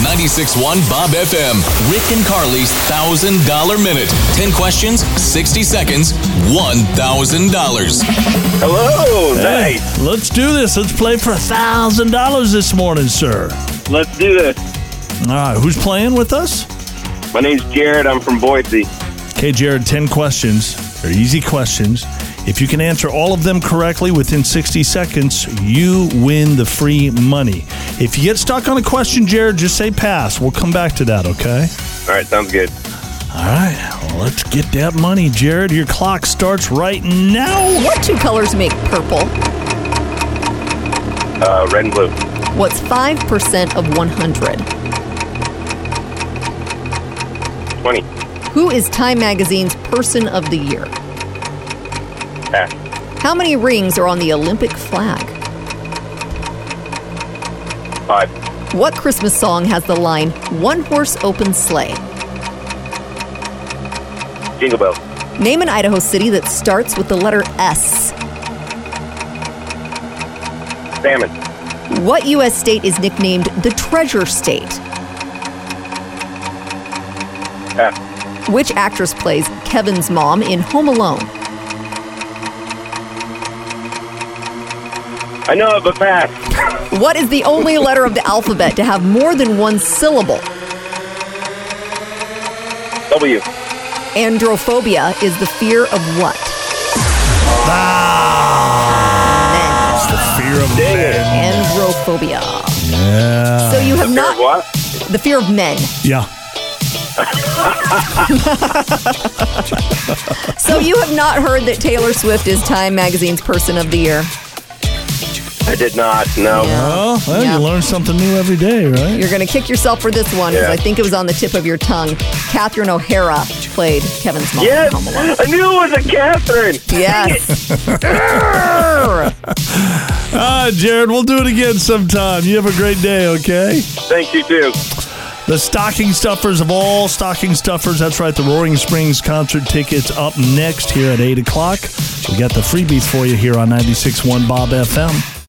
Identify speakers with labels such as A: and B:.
A: 96.1 Bob FM. Rick and Carly's $1,000 minute. 10 questions, 60 seconds, $1,000.
B: Hello.
C: Hey,
B: Nice.
C: let's do this. Let's play for a thousand dollars this morning, sir.
B: Let's do this.
C: All right, who's playing with us?
B: My name's Jared. I'm from Boise.
C: Okay, Jared. Ten questions. They're easy questions. If you can answer all of them correctly within 60 seconds, you win the free money. If you get stuck on a question, Jared, just say pass. We'll come back to that, okay?
B: All right. Sounds good.
C: All right, well, let's get that money, Jared. Your clock starts right now.
D: What two colors make purple?
B: Uh, red and blue.
D: What's 5% of 100?
B: 20.
D: Who is Time Magazine's Person of the Year?
B: Pass.
D: How many rings are on the Olympic flag?
B: Five.
D: What Christmas song has the line, One Horse Open Sleigh?
B: Jingle bell.
D: Name an Idaho city that starts with the letter S.
B: Salmon.
D: What U.S. state is nicknamed the Treasure State?
B: Pass.
D: Which actress plays Kevin's mom in Home Alone?
B: I know it, but pass.
D: What is the only letter of the alphabet to have more than one syllable?
B: W.
D: Androphobia is the fear of what? Men.
C: It's the fear of
B: Dang it.
C: man.
D: Androphobia. So you have
B: Fear of
D: not
B: What?
D: the fear of men.
C: Yeah.
D: So you have not heard that Taylor Swift is Time Magazine's Person of the Year.
B: I did not. No.
D: Yeah.
C: Oh, well,
D: Yeah.
C: you learn something new every day, right?
D: You're going to kick yourself for this one because
B: Yeah.
D: I think it was on the tip of your tongue. Catherine O'Hara played Kevin's mom. in
B: Yes.
D: Home Alone.
B: I knew it was a Catherine.
D: Yes. Arr.
C: Ah, Jared, we'll do it again sometime. You have a great day, okay?
B: Thank you, too.
C: The stocking stuffers of all stocking stuffers. That's right, the Roaring Springs concert tickets up next here at 8 o'clock. We got the freebies for you here on 96.1 Bob FM.